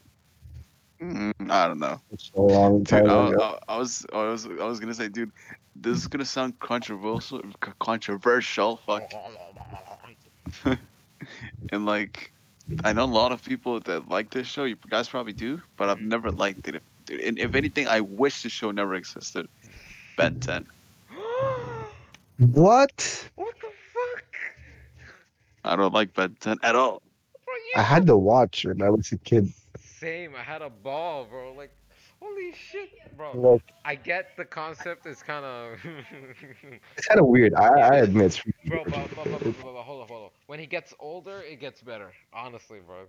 Mm, I don't know. it's so long Dude, time I, ago. I, I was, I was, I was gonna say, dude, this is gonna sound controversial, c- controversial, fuck, and like, I know a lot of people that like this show. You guys probably do, but Mm-hmm. I've never liked it. Dude, and if anything, I wish the show never existed. Ben 10. What? what the fuck? I don't like Ben 10 at all. Bro, you I had to watch when I was a kid. Same. I had a ball, bro. Like, holy shit, bro. Like, I get the concept is kind of. it's kind of weird. I, I admit. It's really bro, weird. but, but, but, but, but, but hold on, hold on. When he gets older, it gets better. Honestly, bro.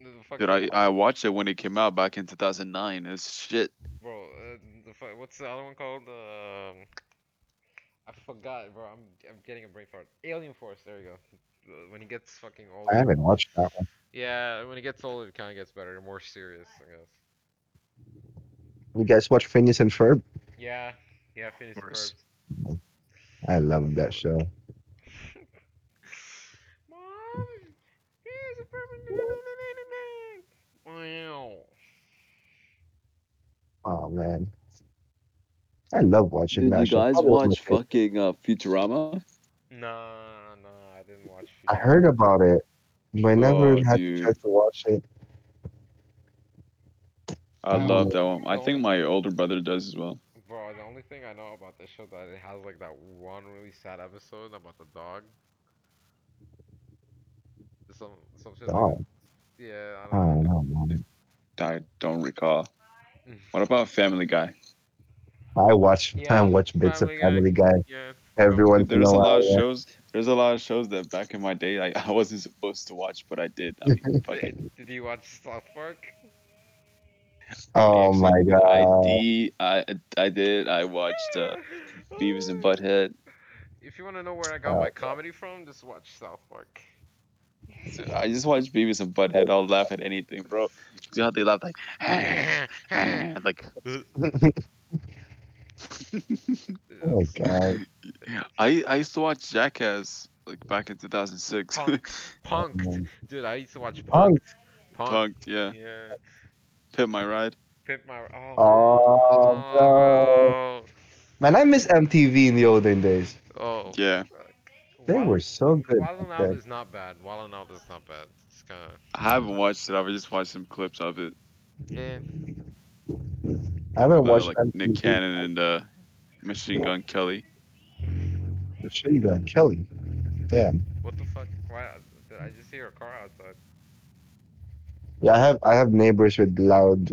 The fucking, Dude, I, I watched it when it came out back in 2009. It's shit. bro, uh, the, fu- what's the other one called? Um, I forgot, bro. I'm I'm getting a brain fart. Alien Force. There you go. Uh, When he gets fucking older. I haven't watched that one. Yeah, when he gets older, it kind of gets better, more serious, I guess. You guys watch Phineas and Ferb? Yeah, yeah, Phineas and Worse. Ferb. I love that show. Mom, here's a perpendicular Wow. Oh man, I love watching that show. Probably was my favorite. fucking uh, Futurama? Nah, nah, I didn't watch. I heard about it, but I never Oh, had dude. the chance to watch it. I Um, love that one. I think my older brother does as well. Bro, the only thing I know about this show that it has like that one really sad episode about the dog. Some some shit. like- Dog? Yeah, I I don't don't know. know, man. I don't recall. What about Family Guy? I watch. Yeah, I watch bits Family of Guy. Family Guy Yeah. every once in There's a a lot while. of yeah. shows. There's a lot of shows that back in my day, like I wasn't supposed to watch, but I did. I mean, fuck it. Did you watch South Park? Oh my I, god! de- I, I did. I watched uh, Beavis and Butthead. Oh. If you want to know where I got Uh, my comedy from, just watch South Park. I just watched Beavis and Butthead. I'll laugh at anything, bro. See how they laugh like, like Oh my god! I I used to watch Jackass like back in 2006. Punked. Punked. man. Dude, I used to watch Punked. Punked. Punked. Punked, yeah. Yeah. Pimp my ride. Pimp my. Oh. Oh, bro. Oh. man, I miss MTV in the olden days. oh. Yeah. They Wild- were so good. Wild and back then. Out is not bad. Wild and Out is not bad. It's kind of. I haven't watched it. I've just watched some clips of it. Yeah. I haven't About, watched like MTV. Nick Cannon and uh, Machine Gun Kelly. Machine Gun Kelly. Damn. What the fuck? Why? Did I just hear a car outside? Yeah, I have I have neighbors with loud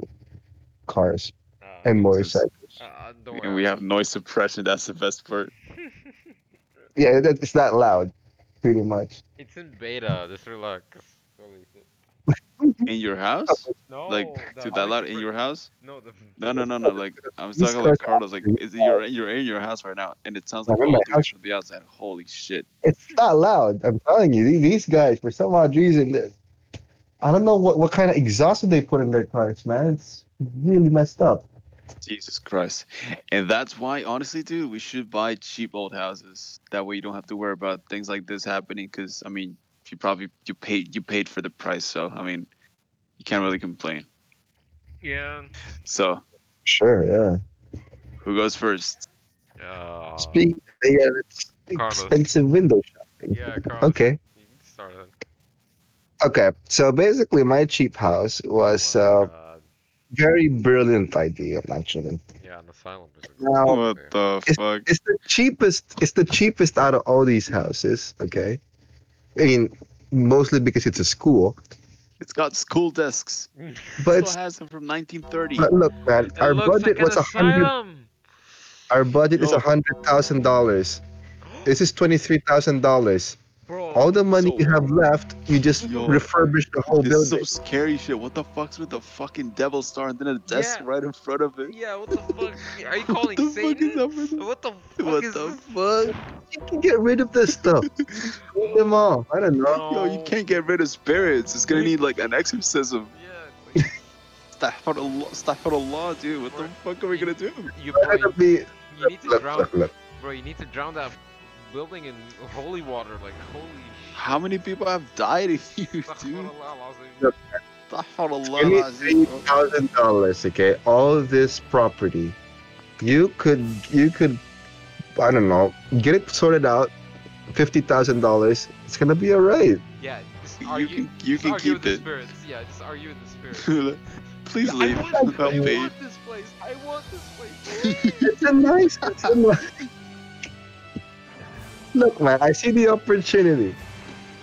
cars Uh, and motorcycles. uh, uh, don't worry. And we have noise suppression. That's the best part. Yeah, that, it's not loud, pretty much. It's in beta. Just relax. Holy shit. In your house? No. Like, Oh, the- dude, that loud in your house? No. The No, no, no, no. Like, I was These talking like cars are Carlos. Like, absolutely is it you're you're in your house right now, and it sounds like I'm in my all dudes house. from the outside. Holy shit! It's not loud. I'm telling you, these, these guys, for some odd reason, they- I don't know what, what kind of exhaust they put in their cars, man. It's really messed up. Jesus Christ! And that's why, honestly, dude, we should buy cheap old houses. That way, you don't have to worry about things like this happening. Because I mean, you probably you paid you paid for the price, so I mean, you can't really complain. Yeah. So, Sure, yeah. who goes first? Uh, Speak. Yeah, it's Carlos. expensive window shopping. Yeah, Carlos. Okay. You can start it. Okay. So basically, my cheap house was uh, Oh a my God. very brilliant idea, actually. Yeah, an asylum. is a good Now- idea. What the fuck? Oh, it's the cheapest it's the cheapest out of all these houses okay i mean mostly because it's a school It's got school desks. but, It it's, still has them from 1930. but look man It our looks budget like was an a hundred asylum. our budget is Yo. a hundred thousand dollars this is twenty three thousand dollars Bro, all the money So- you have left, you just Yo. refurbish the whole This is building. some scary shit. What the fuck's with the fucking devil star and then a desk Yeah. right in front of it? Yeah, what the fuck? Are you What calling the fuck is Satan? up with that? What the fuck What is the this? fuck? you can get rid of this stuff. Kill them off. I don't know. Yo, you No. can't get rid of spirits. It's gonna Wait. need like an exorcism. Yeah, it's Astaghfirullah, astaghfirullah, dude. What the fuck are we gonna do? like, you, Why bro, not be- you need to Look, drown, look, look. bro. You need to drown that building in holy water. Like holy shit. How many people have died in here, dude? dude? Look, Astaghfirullah You need alazim. eight thousand dollars, okay? All this property, you could you could, I don't know, get it sorted out. Fifty thousand dollars, it's gonna be alright. Yeah, just You argue. can you just can keep argue with the it. spirits. Yeah, just argue with the spirits. Please I leave. want- I'll I pay. want this place. I want this place. It's a nice. It's a nice. Look, man, I see the opportunity.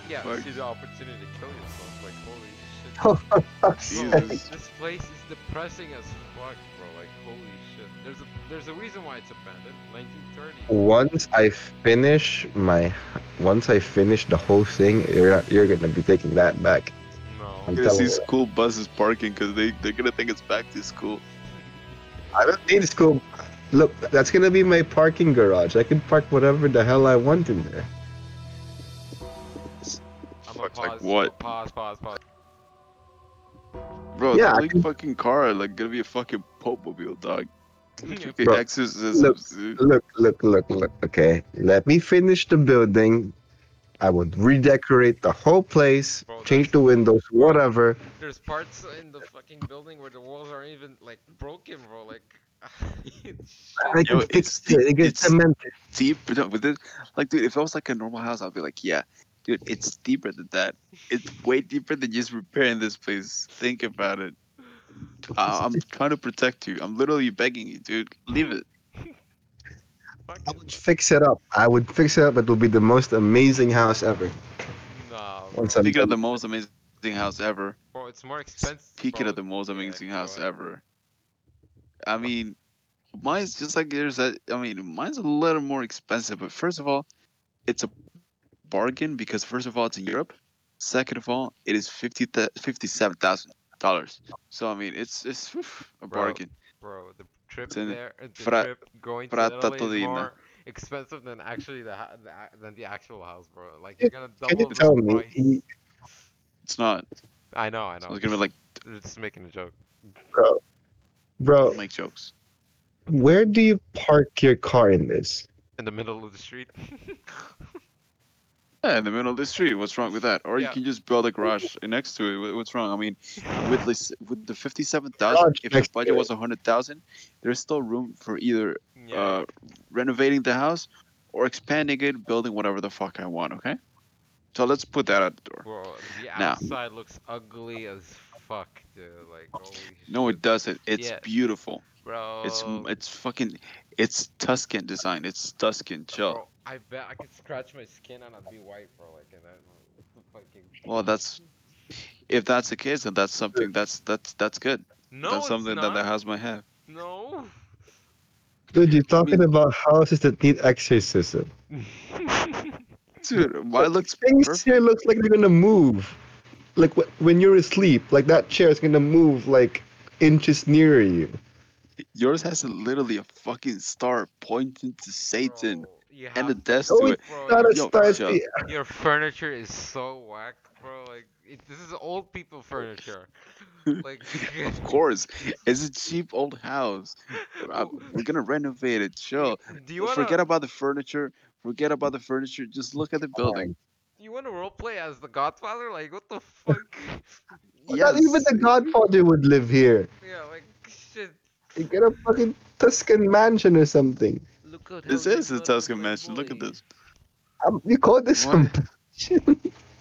yeah, Fuck. see the opportunity to kill yourself. Like holy shit. Bro, Jesus. this place is depressing as fuck, bro. Like, holy shit. There's a there's a reason why it's abandoned. Oh. 1930. once I finish my, once I finish the whole thing, you're you're gonna be taking that back. I'm gonna see No. telling you. school buses parking because they they're gonna think it's back to school. I don't need school. Look, that's gonna be my parking garage. I can park whatever the hell I want in there. I'm gonna Fuck, like pause. what? Pause. Pause. Pause. Bro, Yeah, yeah, I that like, can- fucking car like gonna be a fucking Pope mobile dog. Yeah. Fucking Bro, exorcisms, dude. Look, look, look, look. Okay, let me finish the building. I would redecorate the whole place, Bro, change the windows, whatever. There's parts in the fucking building where the walls aren't even like broken, bro. Like. shit. I can Yo, fix it's- it. It gets it's- cemented. deep no, but this, like dude if it was like a normal house i'd be like yeah dude it's deeper than that it's way deeper than just repairing this place think about it I- i'm trying to protect you i'm literally begging you dude leave it I Fucking would fix it up. I would fix it up. It will be the most amazing house ever. nah. Bro. Once I'm speaking of done. the most amazing house ever Bro, it's more expensive. speaking bro. of the most amazing go house ahead. ever i mean mine's just like yours I I mean mine's a little more expensive but first of all it's a bargain because first of all it's in europe second of all it is 50 $57000 so i mean it's it's oof, a Bro, bargain bro. The trip It's in there, uh, the Fra- trip going to Italy Fratatolina. is more expensive than actually the, ha- the a- than the actual house, bro. Like you're gonna double Can you the tell price. me? it's not I know, I know. i was gonna be like just making a joke. Bro, make jokes where do you park your car in this? In the middle of the street. yeah in the middle of the street what's wrong with that or Yeah. you can just build a garage next to it What- what's wrong i mean with this with the 57000 Garage if your next to budget it. was 100000 there's still room for either yeah. uh, renovating the house or expanding it, building whatever the fuck I want, okay? So let's put that out the door. bro, the now. outside looks ugly as fuck, dude. Like holy Oh, No, shit, it doesn't. It's Yeah. Oh. beautiful. bro. It's it's fucking it's Tuscan design. It's Tuscan, chill. Oh, Bro, I bet I could scratch my skin and I'd be white, bro. Like, and I fucking. Well, that's if that's the case, then that's something that's that's that's good. No, that's it's something that not. the house might have. No. Dude, you're talking about houses that need exorcism. Dude, why Look, looks things perfect? here looks like they're gonna move. Like wh- when you're asleep, like that chair is gonna move like inches nearer you. Yours has literally a fucking star pointing to Satan Bro, you have and a to- desk Oh, to it's it. bro, Not a Yo, start. chill. the- Your furniture is so whack, bro. Like it, this is old people furniture. Like Of course, it's a cheap old house. Uh, We're gonna renovate it, chill. do you wanna Forget about the furniture. Forget about the furniture. Just look Oh at the building. do you wanna roleplay as the Godfather? Like what the fuck? Not even the Yes. Godfather would live here. yeah, like shit. You get a fucking Tuscan mansion or something. Look at This is the Tuscan mansion. Look at this, Um, you call this What? some?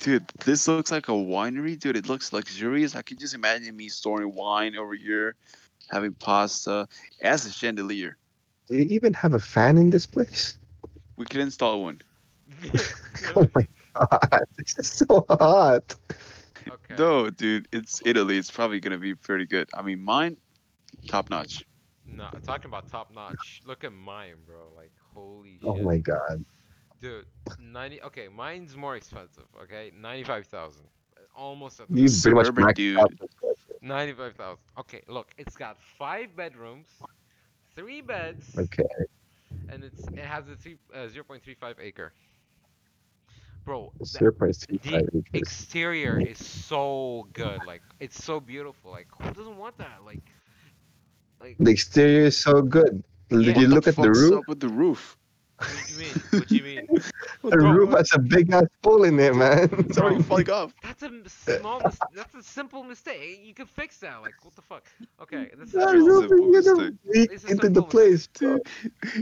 dude. This looks like a winery, dude. It looks luxurious. I can just imagine me storing wine over here, having pasta as a chandelier. Do you even have a fan in this place? We could install one. Oh my god, this is so hot. okay. No, dude. It's Italy. It's probably gonna be pretty good. I mean, mine, top notch. No, talking about top notch. Look at mine, bro. Like holy Oh shit. my god. Dude, ninety. Okay, mine's more expensive. Okay, ninety-five thousand. Almost at You the pretty much Suburban maxed dude. out. ninety-five thousand. Okay, look, it's got five bedrooms, three beds, Okay. and it's it has a three, uh, 0.35 acre. Bro, the Zero point three five acres. exterior is so good. Like it's so beautiful. Like who doesn't want that? Like, like The exterior is so good. Did What you look at the fuck's roof? up with the roof? what do you mean? What do you mean? The roof has a big ass hole in it, man. It's already fucked up. That's a m- small. Mis- that's a simple mistake. You can fix that. Like what the fuck? Okay, this is That is real. roof is simple gonna leak It's a into the simple place. Dude,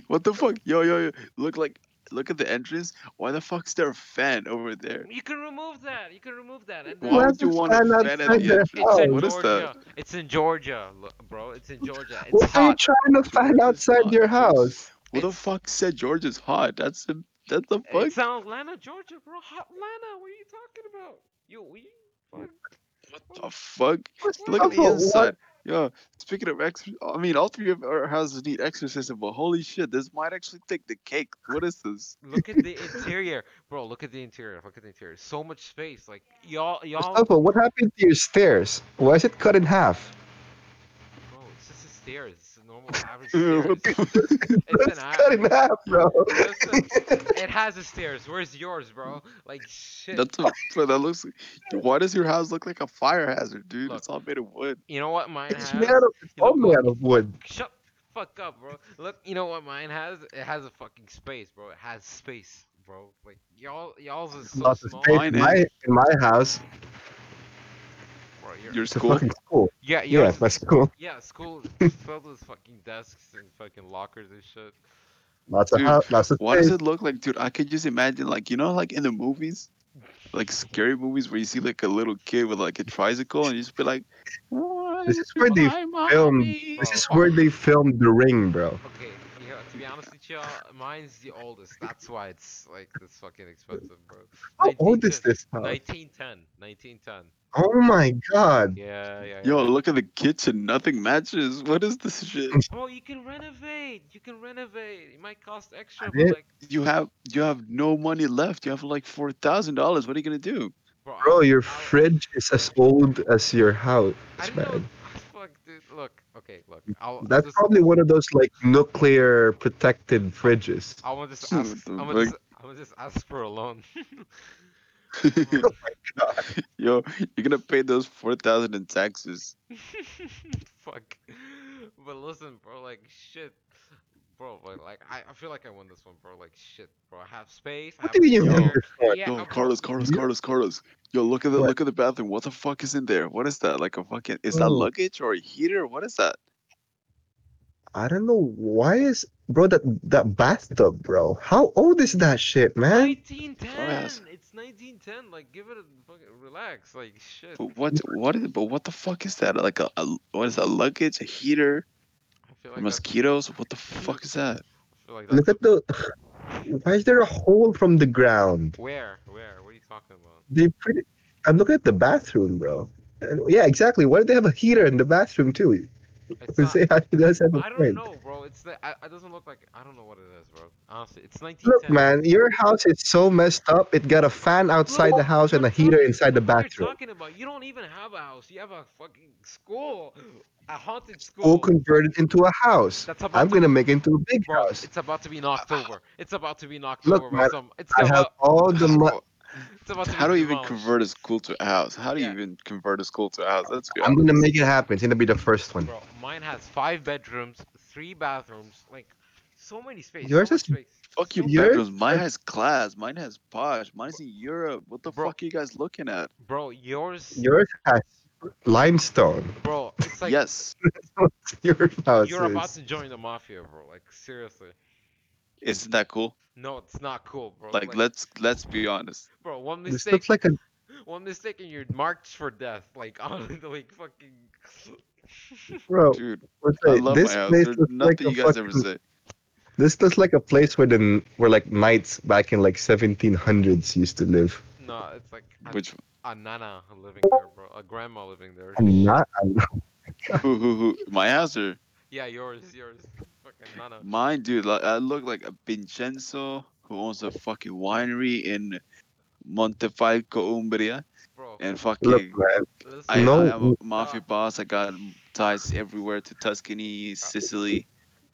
what the fuck? Yo, yo, yo. Look like, look at the entrance. Why the fuck's there a fan over there? You can remove that. You can remove that. And Mm. Why then, What? Oh, would you want a Stand fan at outside the their entrance? it's in What is Georgia. that? It's in Georgia, lo- bro. It's in Georgia. It's What are you hot. trying to find outside your house? What the It's- fuck said George is hot? That's the that's the fuck. It's in Atlanta, Georgia, bro. Hot Atlanta. What are you talking about? Yo, we. fuck. What the fuck? What's Look up at the with inside. Yeah. Speaking of ex, I mean, all three of our houses need exorcism, but holy shit, this might actually take the cake. What is this? Look at the interior, bro. Look at the interior. Look at the interior. So much space. Like y'all, y'all. Mustafa, what happened to your stairs? Why is it cut in half? Bro, it's just a stairs. It's a normal average Ew, stairs. what the- It's It's an cut in average. half, bro. Listen, it has a stairs. Where's yours, bro? Like shit. That's a, bro, that looks. Why does your house look like a fire hazard, dude? Look. It's all made of wood. You know what mine It's has? made out of, You know all made what- out of wood. Shut the fuck up, bro. Look, you know what mine has? It has a fucking space, bro. It has space, bro. Like y'all, y'all's is so Lots of small, space Mine in is- my, in my house. bro. You're, Your It's a school. fucking school. yeah, Yeah, yours my school. Yeah, school is filled with fucking desks and fucking lockers and shit. Lots of Dude, house. Lots of Why does space. it look like, dude? I could just imagine, like you know, like in the movies, like scary movies where you see like a little kid with like a tricycle and you just be like, This is where they filmed. This is where they filmed The Ring, bro. Okay, yeah, to be honest with y'all, mine's the oldest. That's why it's like this fucking expensive, bro. How old 1910 is this house? 1910. 1910. Oh my god. Yeah, yeah, Oh, yeah. Yo, look at the kitchen. Nothing matches. What is this shit? Bro, you can renovate. You can renovate. It might cost extra, I but did. like, You have you have no money left. You have like four thousand dollars. What are you gonna do? bro, I- Bro, your I- fridge is as old as your house, I don't know. Ah, man. Fuck, dude. Look, okay, look. I'll, I'll That's just, probably one of those like nuclear protected fridges. I want to just What ask. the I want fuck? to just, I want to just ask for a loan. Yo, you're gonna pay those four thousand in taxes. Fuck. But listen, bro, like shit. Bro, but like I, I feel like I won this one, bro. Like shit, bro. I have space. I What have do you mean you air. won this one? Yeah, Yo, I'm- Carlos, Carlos, Yeah. Carlos, Carlos. Yo, look at the What? look at the bathroom. What the fuck is in there? What is that? Like a fucking is that Oh. luggage or a heater? What is that? I don't know why is bro that that bathtub, bro. How old is that shit, man? 1910. It's 1910. Like, give it a fucking relax. Like, shit. But what what is but what the fuck is that? Like a, a what is that? Luggage, a heater, I feel like that's, mosquitoes? What the fuck is that? I feel like that's Look at the. Why is there a hole from the ground? where, where? What are you talking about? They pretty. I'm looking at the bathroom, bro. And yeah, exactly. Why do they have a heater in the bathroom too? It's To not, say how she does have a I don't point. know, bro. It's the. I, it doesn't look like. I don't know what it is, bro. Honestly, it's 1910. Look, man, your house is so messed up. It got a fan outside the house and a What the heater fuck- inside the what are you bathroom. talking about? You don't even have a house. You have a fucking school, a haunted All school. converted into a house. That's about I'm to gonna make it into a big Bro, house. it's about to be knocked over. It's about to be knocked Look, over by man, some. It's I about. have all the money. it's about to How be do you even demolished. convert a school to a house? How do you Yeah. even convert a school to a house? That's good. I'm gonna make it happen. It's gonna be the first one. Bro, mine has five bedrooms, three bathrooms, like so many space. Yours so much is- space. Fuck you, Yours- bedrooms. Mine has class. Mine has posh. Mine's in Europe. What the Bro. fuck are you guys looking at? Bro, yours. Yours has limestone. Bro, it's like yes. Your house you're about is. to join the mafia, bro. Like seriously. Isn't that cool? No, it's not cool, bro. Like let's let's be honest. bro, one This mistake, looks like a one mistake, and you're marked for death. Like on like fucking. bro. Dude, let's I say love Oh, this my house. place There's looks like nothing a you guys ever fucking- say. This looks like a place where the where like knights back in like 1700s used to live. no, it's like a, Which a nana living there, bro. A grandma living there. I'm not. I'm not who who who my house or Yeah, yours, yours. Fucking nana. mine, dude, like I look like a Vincenzo who owns a fucking winery in Montefalco, Umbria, bro. and fucking. Look, man, listen, I, No. I am a mafia boss. I got ties everywhere to Tuscany, Sicily.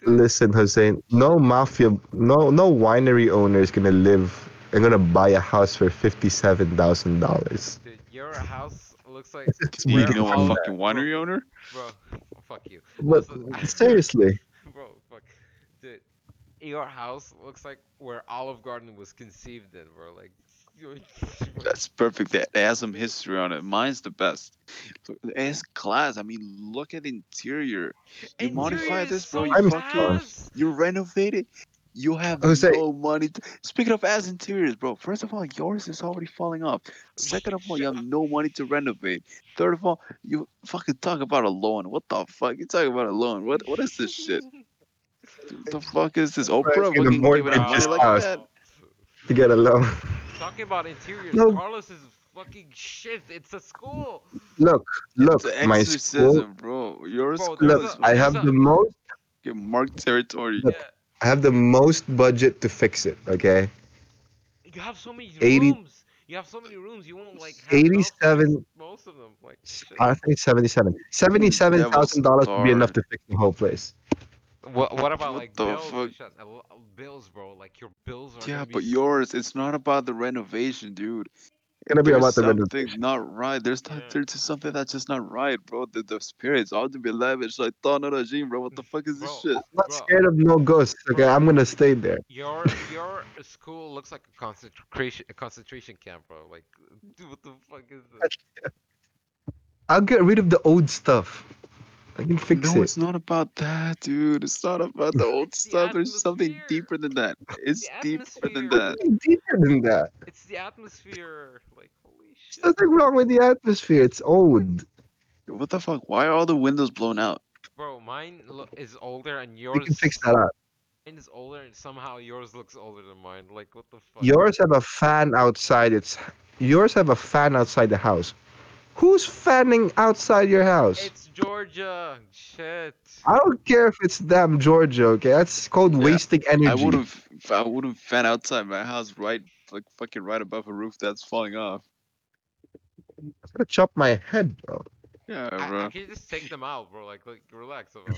listen, Hussein. No mafia, no no winery owner is gonna live and gonna buy a house for fifty-seven thousand dollars. Dude, your house looks like. You Where know all a Um, that- fucking winery owner? Bro, fuck you. But Listen- seriously, Bro, fuck. Dude, your house looks like where Olive Garden was conceived in, bro. Like, you- That's perfect. That it has some history on it. Mine's the best. It's class. I mean, look at the interior. You Interior modify is this, so bro. I'm You fucking nice. you renovate it. You have Jose. no money. To... Speaking of ass interiors, bro. First of all, yours is already falling off. Second of all, you have no money to renovate. Third of all, you fucking talk about a loan. What the fuck? You talking about a loan? What what is this shit? the fuck is this? Oprah? in the fucking giving out mortgage money like house. that? to get a loan. Talking about interiors, No. Carlos is fucking shit. It's a school. Look, look, It's an my school. exorcism, bro. Yours Bro, there's Look, a- I have the most. fucking marked territory. Yeah. I have the most budget to fix it. Okay, You have so many 80 rooms. You have so many rooms. You won't like have enough eighty-seven. space, most of them. Like shit. I think seventy-seven. Seventy-seven thousand dollars would be enough to fix the whole place. What what about What like the bills? fuck? Shut- uh, l- bills, bro. Like your bills are. Yeah, gonna be but s- yours, it's not about the renovation, dude. It's gonna be There's about the something renovation. not right. There's not Yeah. there's just something that's just not right, bro. The, the spirits ought to be lavish. Like Tana Rajim, bro. What the fuck is this Mm, Bro. shit? I'm not Bro. scared of no ghosts. Okay, I'm gonna stay there. Your your school looks like a concentration a concentration camp, bro. Like, dude, what the fuck is this? I'll get rid of the old stuff. I can fix no, it. it's not about that, dude. It's not about the old stuff. There's something atmosphere. deeper than that. It's deeper than atmosphere. that. It's deeper than that. It's the atmosphere. Like, holy There's shit, nothing wrong with the atmosphere. It's old. What the fuck? Why are all the windows blown out? bro. Mine lo- is older and yours. We can fix that up. Mine is older and somehow yours looks older than mine. Like, what the fuck? Yours have a fan outside. It's yours have a fan outside the house. Who's fanning outside your house? It's Georgia. Shit. I don't care if it's damn Georgia. Okay, that's called Yeah, wasting energy. I wouldn't. f- I wouldn't fan outside my house, right? Like fucking right above a roof that's falling off. I'm gonna chop my head, bro. Yeah, I, bro. I can just take them out, bro. Like, like relax about it.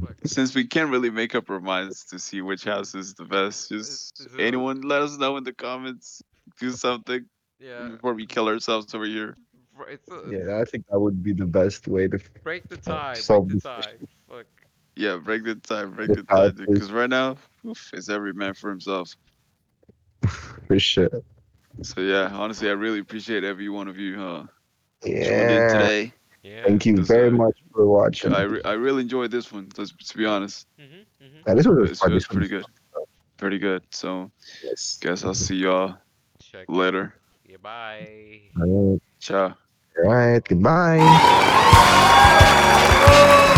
Fuck. Since we can't really make up our minds to see which house is the best, just is it a- anyone let us know in the comments. Do something Yeah. before we kill ourselves over here. bro, It's Uh, a, Yeah, I think that would be the best way to. Break the tie. solve Break the this tie. Fuck. Yeah, break the tie, break The the tie, tie, please. because right now, oof, it's every man for himself. For sure. So yeah, honestly, I really appreciate every one of you, huh? Joined in Yeah. today. Yeah. Thank you This very guy. much for watching. I, re- I really enjoyed this one. Let's to be honest, Mm-hmm, mm-hmm. Yeah, this one was It's- fun. it's This one pretty was pretty good. So fun, Yes. guess I'll see y'all Check. later. Yeah, bye. All Ciao. right. Goodbye.